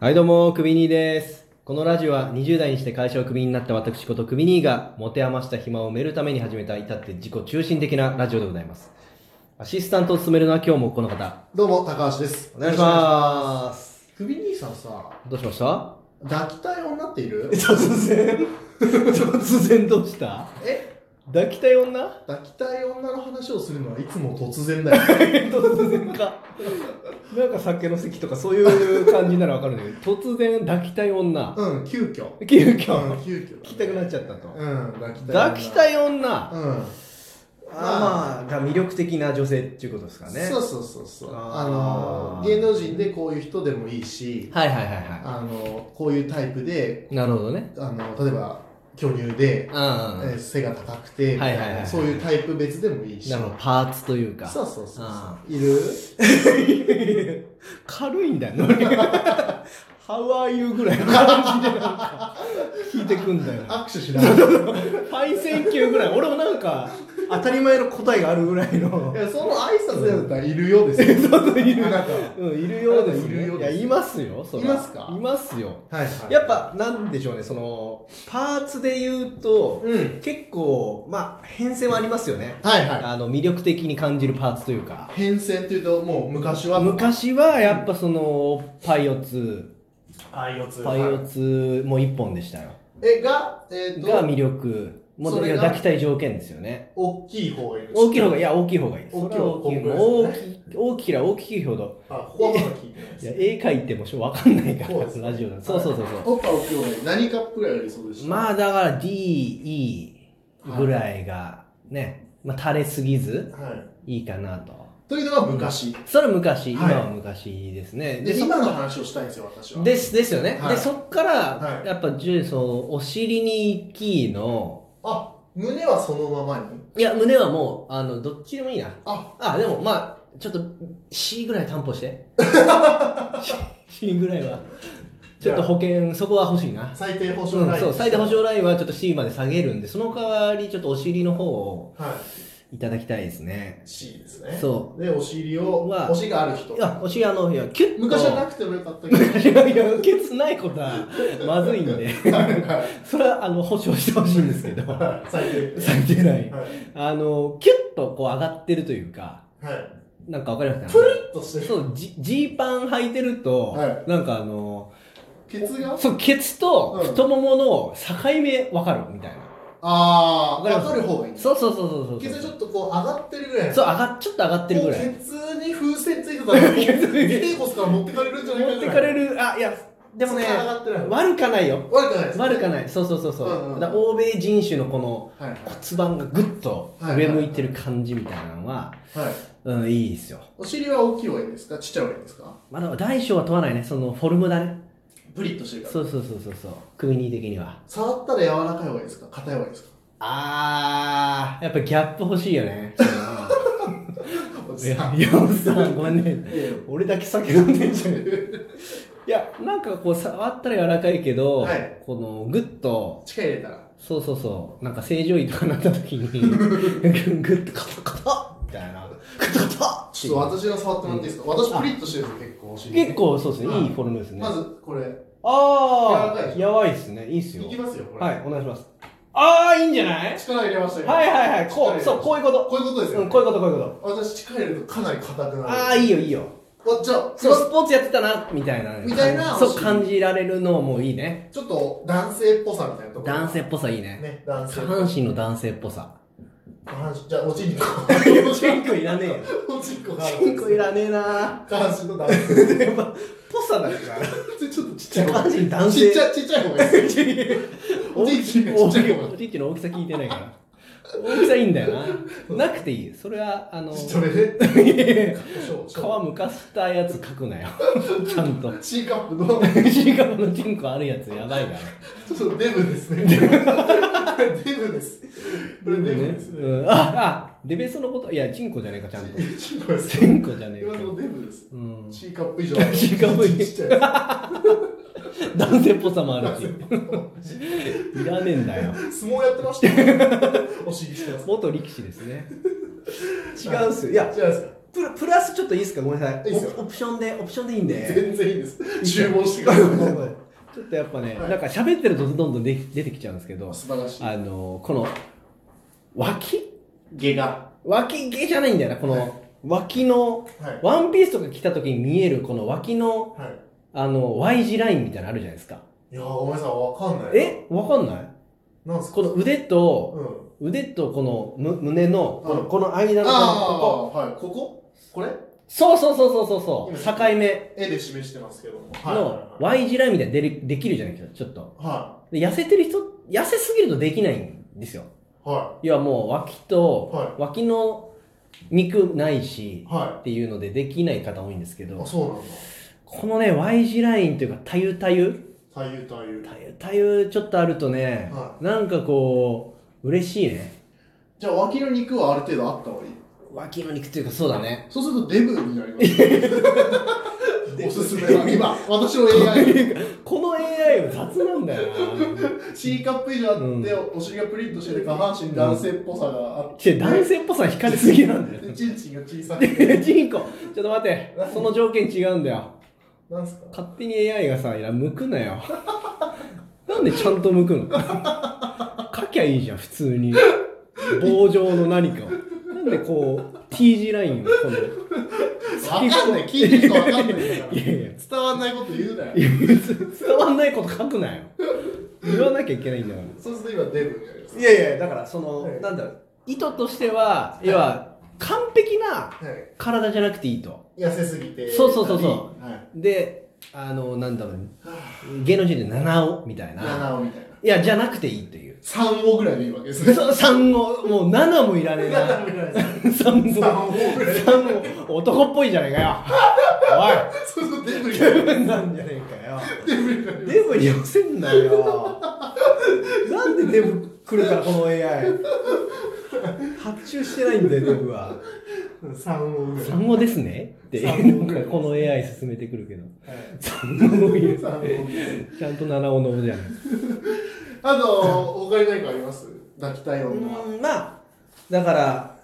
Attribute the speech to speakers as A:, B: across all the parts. A: はい、どうも、クビニーです。このラジオは20代にして会社をクビになった私ことクビニーが持て余した暇を埋めるために始めた至って自己中心的なラジオでございます。アシスタントを務めるのは今日もこの方。
B: どうも、高橋です。
A: お願いします。
B: す。首兄さんさ、
A: どうしました
B: 抱きたい女っている
A: 突然突然どうした
B: え
A: 抱きたい女
B: 抱きたい女の話をするのはいつも突然 だよ。
A: 突然か。なんか酒の席とかそういう感じならわかるんだけど、突然抱きたい女。
B: うん、急遽。
A: 急遽、
B: うん、急遽。
A: 聞きたくなっちゃったと。
B: うん、抱きたい女。
A: 抱きたい女。
B: うん。
A: あーまあ、が魅力的な女性っていうことですかね。
B: そうそうそうそう。
A: あー
B: あの、芸能人でこういう人でもいいし、
A: はいはいはいは
B: あの、こういうタイプで、
A: い。なるほどね。
B: あの、例えば、巨乳で
A: う、んうんうん。
B: え背が高くて、
A: はいはいはい
B: そういうタイプ別でもいいし。
A: なるほど、パーツというか。
B: そうそうそう
A: あ
B: そう。いる
A: 軽いんだよ、 ノリが。How are you? ぐらいの感じでなんか、聞いてくんだよ。
B: 握手しない。
A: ファイセンキューぐらい。俺もなんか、当たり前の答えがあるぐらいの
B: い。や、その挨拶だったらいるようです よ。
A: そうい
B: あ
A: る。
B: なたは。
A: うん、いるようです、
B: いるよう
A: ね。い
B: です
A: や、いますよ、そら
B: いますか
A: いますよ。
B: はいはい
A: やっ、ぱ、なんでしょうね、その、パーツで言うと、
B: うん。
A: 結構、まあ、変遷はありますよね。
B: はいは
A: あの、魅力的に感じるパーツというか
B: い。。変遷っていうと、もう昔は。
A: 昔はやっぱそのパイオツ
B: パイオツ
A: パイオツも一本でしたよ
B: え、が、えっ、
A: が
B: と、
A: 魅力もう
B: それが
A: 抱きたい条件ですよね
B: 大きい方がいる。
A: 大きい方が
B: い
A: いや大きい方がいいです
B: 大きい
A: それは大きい方が
B: 大
A: 大きい大きければ大きいほど
B: あ、ここはまだ聞いてないで
A: い
B: す
A: や絵描いてもしょわかんないか
B: そう
A: ら
B: です
A: ラジオだとそうそうそうそ
B: おっぱい大きい方がいい。何カップぐらいありそうでし
A: う
B: た
A: まあだから DE ぐらいがねまあ垂れすぎず
B: はい。
A: いいかなと
B: というのが昔。
A: それは昔今
B: はい
A: は昔ですね
B: で、
A: そ
B: 今の話をしたいんですよ、私は。
A: ですですよね、
B: はい
A: でそっから、
B: はい
A: やっぱじゅそのお尻に行きの
B: あ、胸はそのままに。
A: いや胸はもうあのどっちでもいいな
B: あ、
A: あでもまあちょっと C ぐらい担保して C, C ぐらいはちょっと保険そこは欲しいな、
B: 最低保
A: う
B: 障ライ
A: ん、
B: ン。
A: そう最大保。証ラインはちょっと C まで下げるんでその代わりちょっとお尻の方を
B: はい
A: ただきたいですね
B: い。C ですね。。
A: そう
B: で、お尻を、
A: は
B: お尻がある人
A: い。やお尻あのいやキュッと
B: 昔はなくてもよかったけど。
A: いやいや受けつないことはまずいんで
B: はいはい
A: それはあの保証してほしいんですけど
B: 最低。
A: 最低ライン
B: はい。
A: あの、キュッとこう上がってるというか、
B: はい。
A: なんかわかります
B: プ
A: か
B: ルッとしてる。
A: そう、ジジーパン履いてると、
B: は
A: なんかあの、
B: ケツが
A: そう、ケツと
B: うん
A: 太ももの境目わかるみたいな。
B: ああ、
A: わかりま
B: わ
A: す
B: かる方がいい。
A: そうそうそうそうそう。
B: ケツちょっとこう上がってるぐらい。
A: そう、
B: う、
A: 上が、ちょっと上がってるぐらい。持
B: ケツに風船ついてたら、もう
A: ケツに
B: 尾てい骨から持ってかれるんじゃないか
A: っ
B: ぐ
A: て
B: らい。
A: かれる、あ、いや、でもね
B: そ、んな上がってない。
A: 悪かないよ。
B: 悪くないです。
A: 悪かない。そうそうそうそう。
B: うんうん
A: だから欧米人種のこの
B: はいはい。
A: 骨盤がぐっと上向いてる感じみたいなのは、
B: はい。
A: うん、いいですよ。
B: お尻は大きい方がいいですかちっちゃい方がいいですか
A: まあ、だから大小は問わないね。そのフォルムだね。
B: プリッとしてるから。
A: そうそうそうそうそう。クイニー的には。
B: 触ったら柔らかい方がいいですか硬い方がいいですか
A: あー、やっぱギャップ欲しいよね。
B: お
A: い
B: じさ
A: や、
B: ん
A: いやおっさん、ごめんね。
B: いやいや
A: 俺だけ酒飲んでんじゃん。いや、なんかこう、触ったら柔らかいけど、
B: はい
A: この、ぐっと、
B: 力入れたら。
A: そうそうそう、なんか正常位とかなった時 に、ぐっとカタカタみたいな。カタカタって
B: ち
A: い
B: ょっ
A: う
B: と私が触ってもらっていいですか私プリッとしてるんですよ、結構お尻。
A: 結。構そうですね、
B: うん
A: いいフォルムですね。
B: まず、これ。
A: あ
B: 柔らかいで
A: ー、
B: し
A: やばいですね。いいっすよ
B: いき。ますよ、これ。
A: はい、お願いします。あー、いいんじゃない
B: 力入れましたよ。
A: はいはいはい、こう、そう、こういうこと。
B: こういうことですよ、
A: うん、こういうこと、こういうこと。
B: 私力入れるとかなり硬くなる
A: ああ、いいよ、いいよ。
B: おじゃあ
A: そう、スポーツやってたな、みたいな。
B: みたいな
A: そう、
B: 欲しい
A: 感じられるのもいいね。
B: ちょっと男性っぽさみたいなところ
A: 男性っぽさいいね。
B: ね男性
A: 下半身の男性っぽさ。
B: 下半身じゃあおちんこ
A: コいらねえよ。
B: おちんこがある
A: チンコいらねえな
B: 下半身の男性
A: やっぱ、ぽさだから。
B: ちょっとちっちゃい
A: 下
B: 方が
A: 半
B: いい
A: 身男
B: ち
A: 性。
B: っちゃいちっちゃい方がいいですおじいちがちっちゃい方が
A: おじいちの大きさ聞いてないから。大きさいいんだよな。なくていい。それは、あの、
B: それで
A: 皮むかしたやつ書くなよ。ちゃんと。
B: C カップの
A: シーカムのチンコあるやつやばいから。
B: ちょっとデブです ねデブですこれデブですね
A: うん、ああデベソのこといやチンコじゃねえかちゃんと
B: ちんこです
A: チンコじゃねえ
B: 今
A: か
B: のところデブです
A: うん
B: C カップ以上
A: C カップ以上
B: ちっちゃい
A: 男性っぽさもあるしいらねえんだよ
B: 相撲やってましたよお尻してます
A: 元力士ですね違うんすよいや
B: 違うんですか
A: プラプラスちょっといいですかごめんなさい
B: いいっすよ
A: オプオプションでオプションでいいんで
B: 全然いいです。注文してください。
A: ちょっとやっぱね、なんか喋ってるとどんどんで出てきちゃうんですけど
B: 素晴らしい。
A: あのこの脇
C: 下が。
A: 脇毛じゃないんだよなこの、
B: はい
A: 脇の
B: はい。
A: ワンピースとか着た時に見えるこの脇の
B: はい。
A: あの Y 字ラインみたいなのあるじゃないですか
B: いやー、お前さん、わかんない。
A: えわかんない
B: なんすか
A: この腕と
B: うん。
A: 腕とこのむ胸のこの
B: うん
A: この間のこのここ
B: あー、はい。こここれ
A: そうそうそうそうそうそう境目
B: 絵で示してますけども。はい。
A: の
B: はい
A: Y 字ラインみたいなのでできるじゃないですかちょっと
B: は
A: で痩せてる人痩せすぎるとできないんですよ
B: い。は
A: 要はもう脇
B: い。
A: と
B: は
A: 脇の肉ないし
B: い。は
A: っていうのでできない方多いんですけど
B: い。あ、そうなんだ。
A: このね Y 字ラインというかたゆたゆ
B: 太夫太夫。
A: たゆたゆちょっとあるとね、
B: は
A: なんかこう嬉しいね
C: じゃあ脇の肉はある程度あった方がいい。
A: 脇の肉っていうかそうだね
C: そうするとデブになります。おすすめは今、私の AI、
A: この AI は雑なんだよな
C: C カップ以上あって、お尻がプリンとしてて、下半身男性っぽさがあって、
A: ちょ男性っぽさ惹かれすぎなんだよ
C: でチンチンが小さくて。
A: ジンコちょっと待ってその条件違うんだよ
B: なんすか
A: 勝手に AI がさいや向くな よなんでちゃんと向くの書きゃいいじゃん普通に棒状の何かをなんでこう T 字ラインをこの
C: わかんない、聞いてる人わかんないから
A: いやいや
C: 伝わんないこと言うなよ。。
A: いや別に伝わんないこと書くなよ言わなきゃいけないんだか
B: そうすると今、デブになります。
A: らいやいやだからその
B: なん
A: だろう意図としては要は完璧な
B: はい。
A: 体じゃなくていいと
B: 痩せすぎて。
A: そうそうそうそう
C: はい。
A: であのなんだろう芸能人で七尾みたいな
C: 7をみたいな。
A: いやじゃなくていいっていう
C: 3をぐらいでいいわけですね。
A: そ三をもう七もいらねえな 三
B: 3
A: を
B: 本ぐらい。
A: 三を男っぽいじゃねえかよ
B: そうするとデブ
A: おい
B: にな
A: な
B: る。
A: んじゃねえかよ
B: デブになる。
A: デブに寄せんなよなんでデブ来るからこの AI 発注してないんだよデブは
B: 3本ぐらい。
A: 産後ですねって
B: 産後ぐらい
A: この AI 進めてくるけど
B: はい
A: 産後いる
B: 三本ぐらい。
A: ちゃんと七尾のおじゃない
B: あと、他に何かあります抱きたい女。は
A: うんまあだから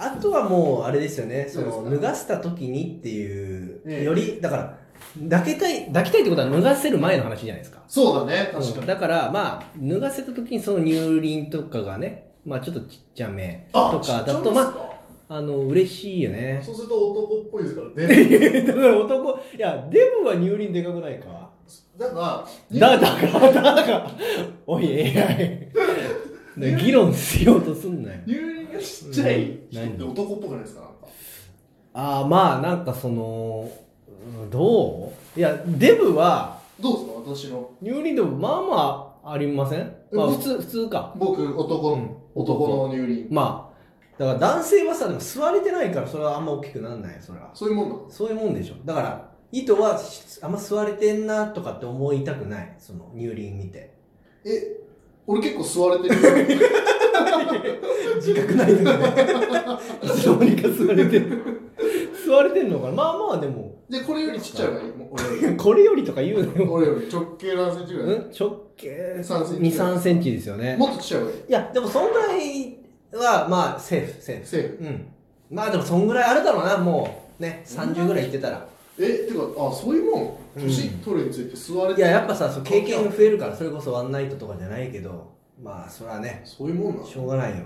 A: あとはもうあれですよねそ
B: そ
A: の
B: うです
A: 脱がした時にっていう、
C: ええ
A: よりだから抱けたい抱きたいってことは脱がせる前の話じゃないですか
C: そうだね、確か
A: うん
C: に。
A: だからまあ脱がせた時にその乳輪とかがねまあちょっとちっちゃめ
C: あ
A: とか
C: ちっちゃ
A: だ
C: いんで
A: と
C: す
A: ま
C: か
A: ああの嬉しいよね
B: そうすると男っぽいですか ら、デ
A: だから男いやデブは乳輪でかくないか
B: ブ。なんか、
A: だだからだからおい AI 議論しようとすんなよ
B: 乳輪がちっちゃい人
A: うん
B: って男っぽくないですかなんか
A: ああまあなんかそのうんどういやデブは
C: どうですか、私の。
A: 乳輪でもまあまあありませんまあ普通普通か
C: 僕、男
A: うん
C: の、男の乳輪。
A: まあだから男性はさでも座れてないからそれはあんま大きくなんないよそれは
C: そういうもんなの
A: そういうもんでしょだから意図はしあんま座れてんなとかって思いたくないその乳輪見て
C: え、俺結構座れてる。
A: 自覚ないんだけどいつの間にか座れてる座れてんのかなまあまあで も
C: で、これよりちっちゃい方がいい。もう俺より
A: これよりとか言うのよ
C: 俺より直径何センチぐらい
A: うん直径
C: 3センチぐらい
A: 23センチですよね
C: もっとちっちゃい方がいい。
A: いやでもそんぐらいはまあセーフセーフ
C: セーフ。
A: うんまあでもそんぐらいあるだろうなもうね30ぐらいいってたら
C: え、てか、あ、そういうもん。
A: うん
C: 年取るについて座れ
A: い
C: て
A: や
C: る。
A: やっぱさそう経験増えるからそれこそワンナイトとかじゃないけどまあそれはね
C: そういうもんなの
A: しょうがないよ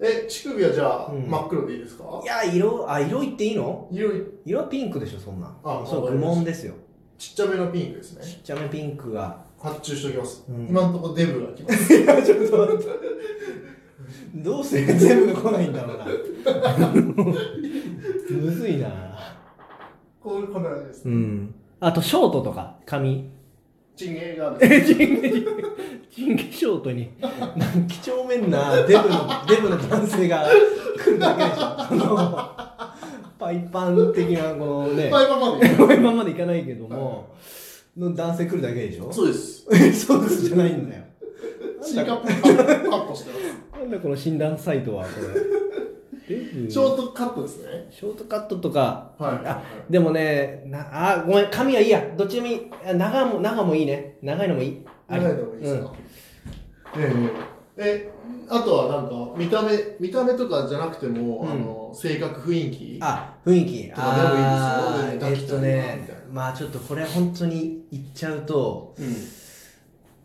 B: え、乳首はじゃあ、
A: うん
B: 真っ黒でいいですか
A: いや色あ色言っていいの
B: 色い
A: 色はピンクでしょそんなん
B: あ
A: そう
B: わか
A: 愚
B: りました
A: 問ですよ
B: ちっちゃめのピンクですね
A: ち。っちゃめピンクが
B: 発注しておきます。
A: うん
B: 今のところデブが来ます。
A: いやちょっと待ってどうして全部が来ないんだろうな むずいな
B: こういうこんな感じです。
A: うんあとショートとか髪
C: チンゲがある。
A: え、ジンギ、ジンギショートに、なんか几帳面なデブの、デブの男性が来るだけでしょ。その、パイパン的な、このね、
C: パイパンまでいい。
A: パイパンまでいかないけども、の男性来るだけでしょ
C: そうです。
A: えそうですじゃないんだよ。
C: チンカップカップカットしてます。
A: なんだこの診断サイトは、これ。デブ
B: ショートカットですね。
A: ショートカットとか、
B: はい
A: あでもね、なあ、ごめん、髪はいいや。どっちでもいい。あ長も、長もいいね。長いのもいい。
B: 長いのもいいですか、えええ、あとはなんか、見た目、見た目とかじゃなくても、
A: うん
B: あの、性格、雰囲気。
A: あ、雰囲気。
B: とかでもいいですよ
A: あー
B: 抱
A: え
B: き
A: ったと
B: いなみ
A: ね
B: たいな、
A: まあちょっとこれ本当に言っちゃうと、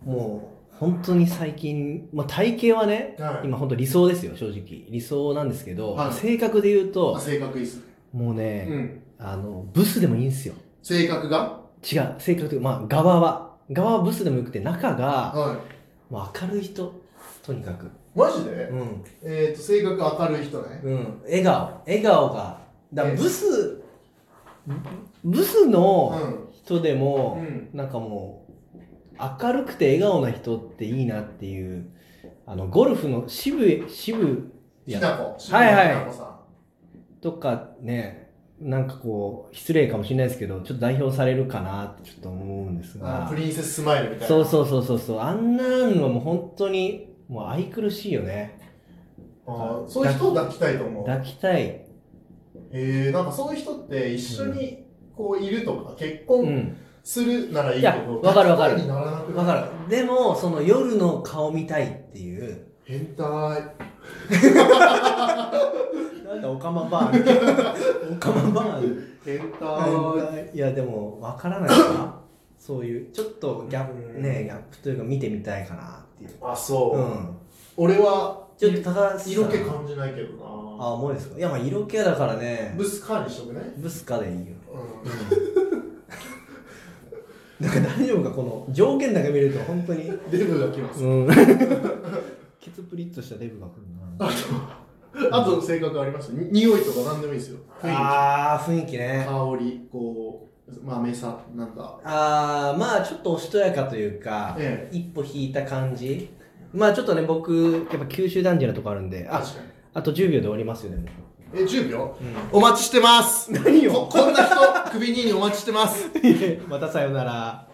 B: うん。
A: もう本当に最近、まあ体型はね、
B: はい。
A: 今本当理想ですよ、正直。理想なんですけど、
B: はい
A: 性格で言う
B: あ
A: と、
B: 性格いいっすね。
A: もうね、
B: うん。
A: あの、ブスでもいいんですよ。
B: 性格が
A: 違う、性格というか、まあ側は。側はブスでもよくて、中が、
B: は
A: もう明るい人。とにかく。
B: い。マジで
A: うん。
B: えっと、性格明るい人ね。
A: うん。笑顔。笑顔が。だから
B: え
A: ブス、ブスの
B: う
A: 人でも、
B: ん。うん。
A: なんかもう、明るくて笑顔な人っていいなっていう、あの、ゴルフの渋い、渋
B: ひ
A: い
B: なこ。
A: はいはい
B: ひなこさん
A: とかね、なんかこう、失礼かもしれないですけど、ちょっと代表されるかなってちょっと思うんですが
B: あプ、リンセススマイルみたいな。
A: そうそうそうそうそう、あんなんはもう本当に、もう愛くるしいよね。
B: あーそういう人を抱きたいと思う。
A: 抱きたい。
B: えー、なんかそういう人って一緒にこういるとか、結
A: う
B: 婚
A: ん。
B: するならいい
A: い
B: け
A: や
B: ど、
A: わかるわかる
B: 抱きたいにならなくな
A: わ
B: い
A: かる。でも、その夜の顔見たいっていう、
B: 変態。
A: なんかオカマバ ーオカマバー
B: 変態。
A: いやでもわからない なそういうちょっとギャッ
B: う
A: プ
B: ん
A: ねギャップというか見てみたいかなっていう
B: あ、そう。
A: うん
B: 俺は
A: ちょっと高橋さん
B: 色気感じないけどな。
A: あもうですかいやまあ色気だからね
B: ブスカーにしとくね。
A: ブスかでいいよ
B: うん。
A: なんか大丈夫かこの条件だけ見ると本当に
B: デブが来ます。
A: うん ケツプリッとしたデブが来るな
B: あと性格ありますに匂いとか何でもいいですよ。雰囲
A: あー雰囲気
B: 気、
A: ね
B: 香り、こう、まあ、目さ、なんか。
A: あーまあちょっとおしとやかというか、
B: え
A: 一歩引いた感じまあちょっとね僕やっぱ九州男児なとこあるんであ
B: かに。
A: あと10秒で終わりますよね
B: え、10秒
A: うん
B: お待ちしてます
A: 何よ
B: ここんな人、首2にお待ちしてます
A: またさようなら。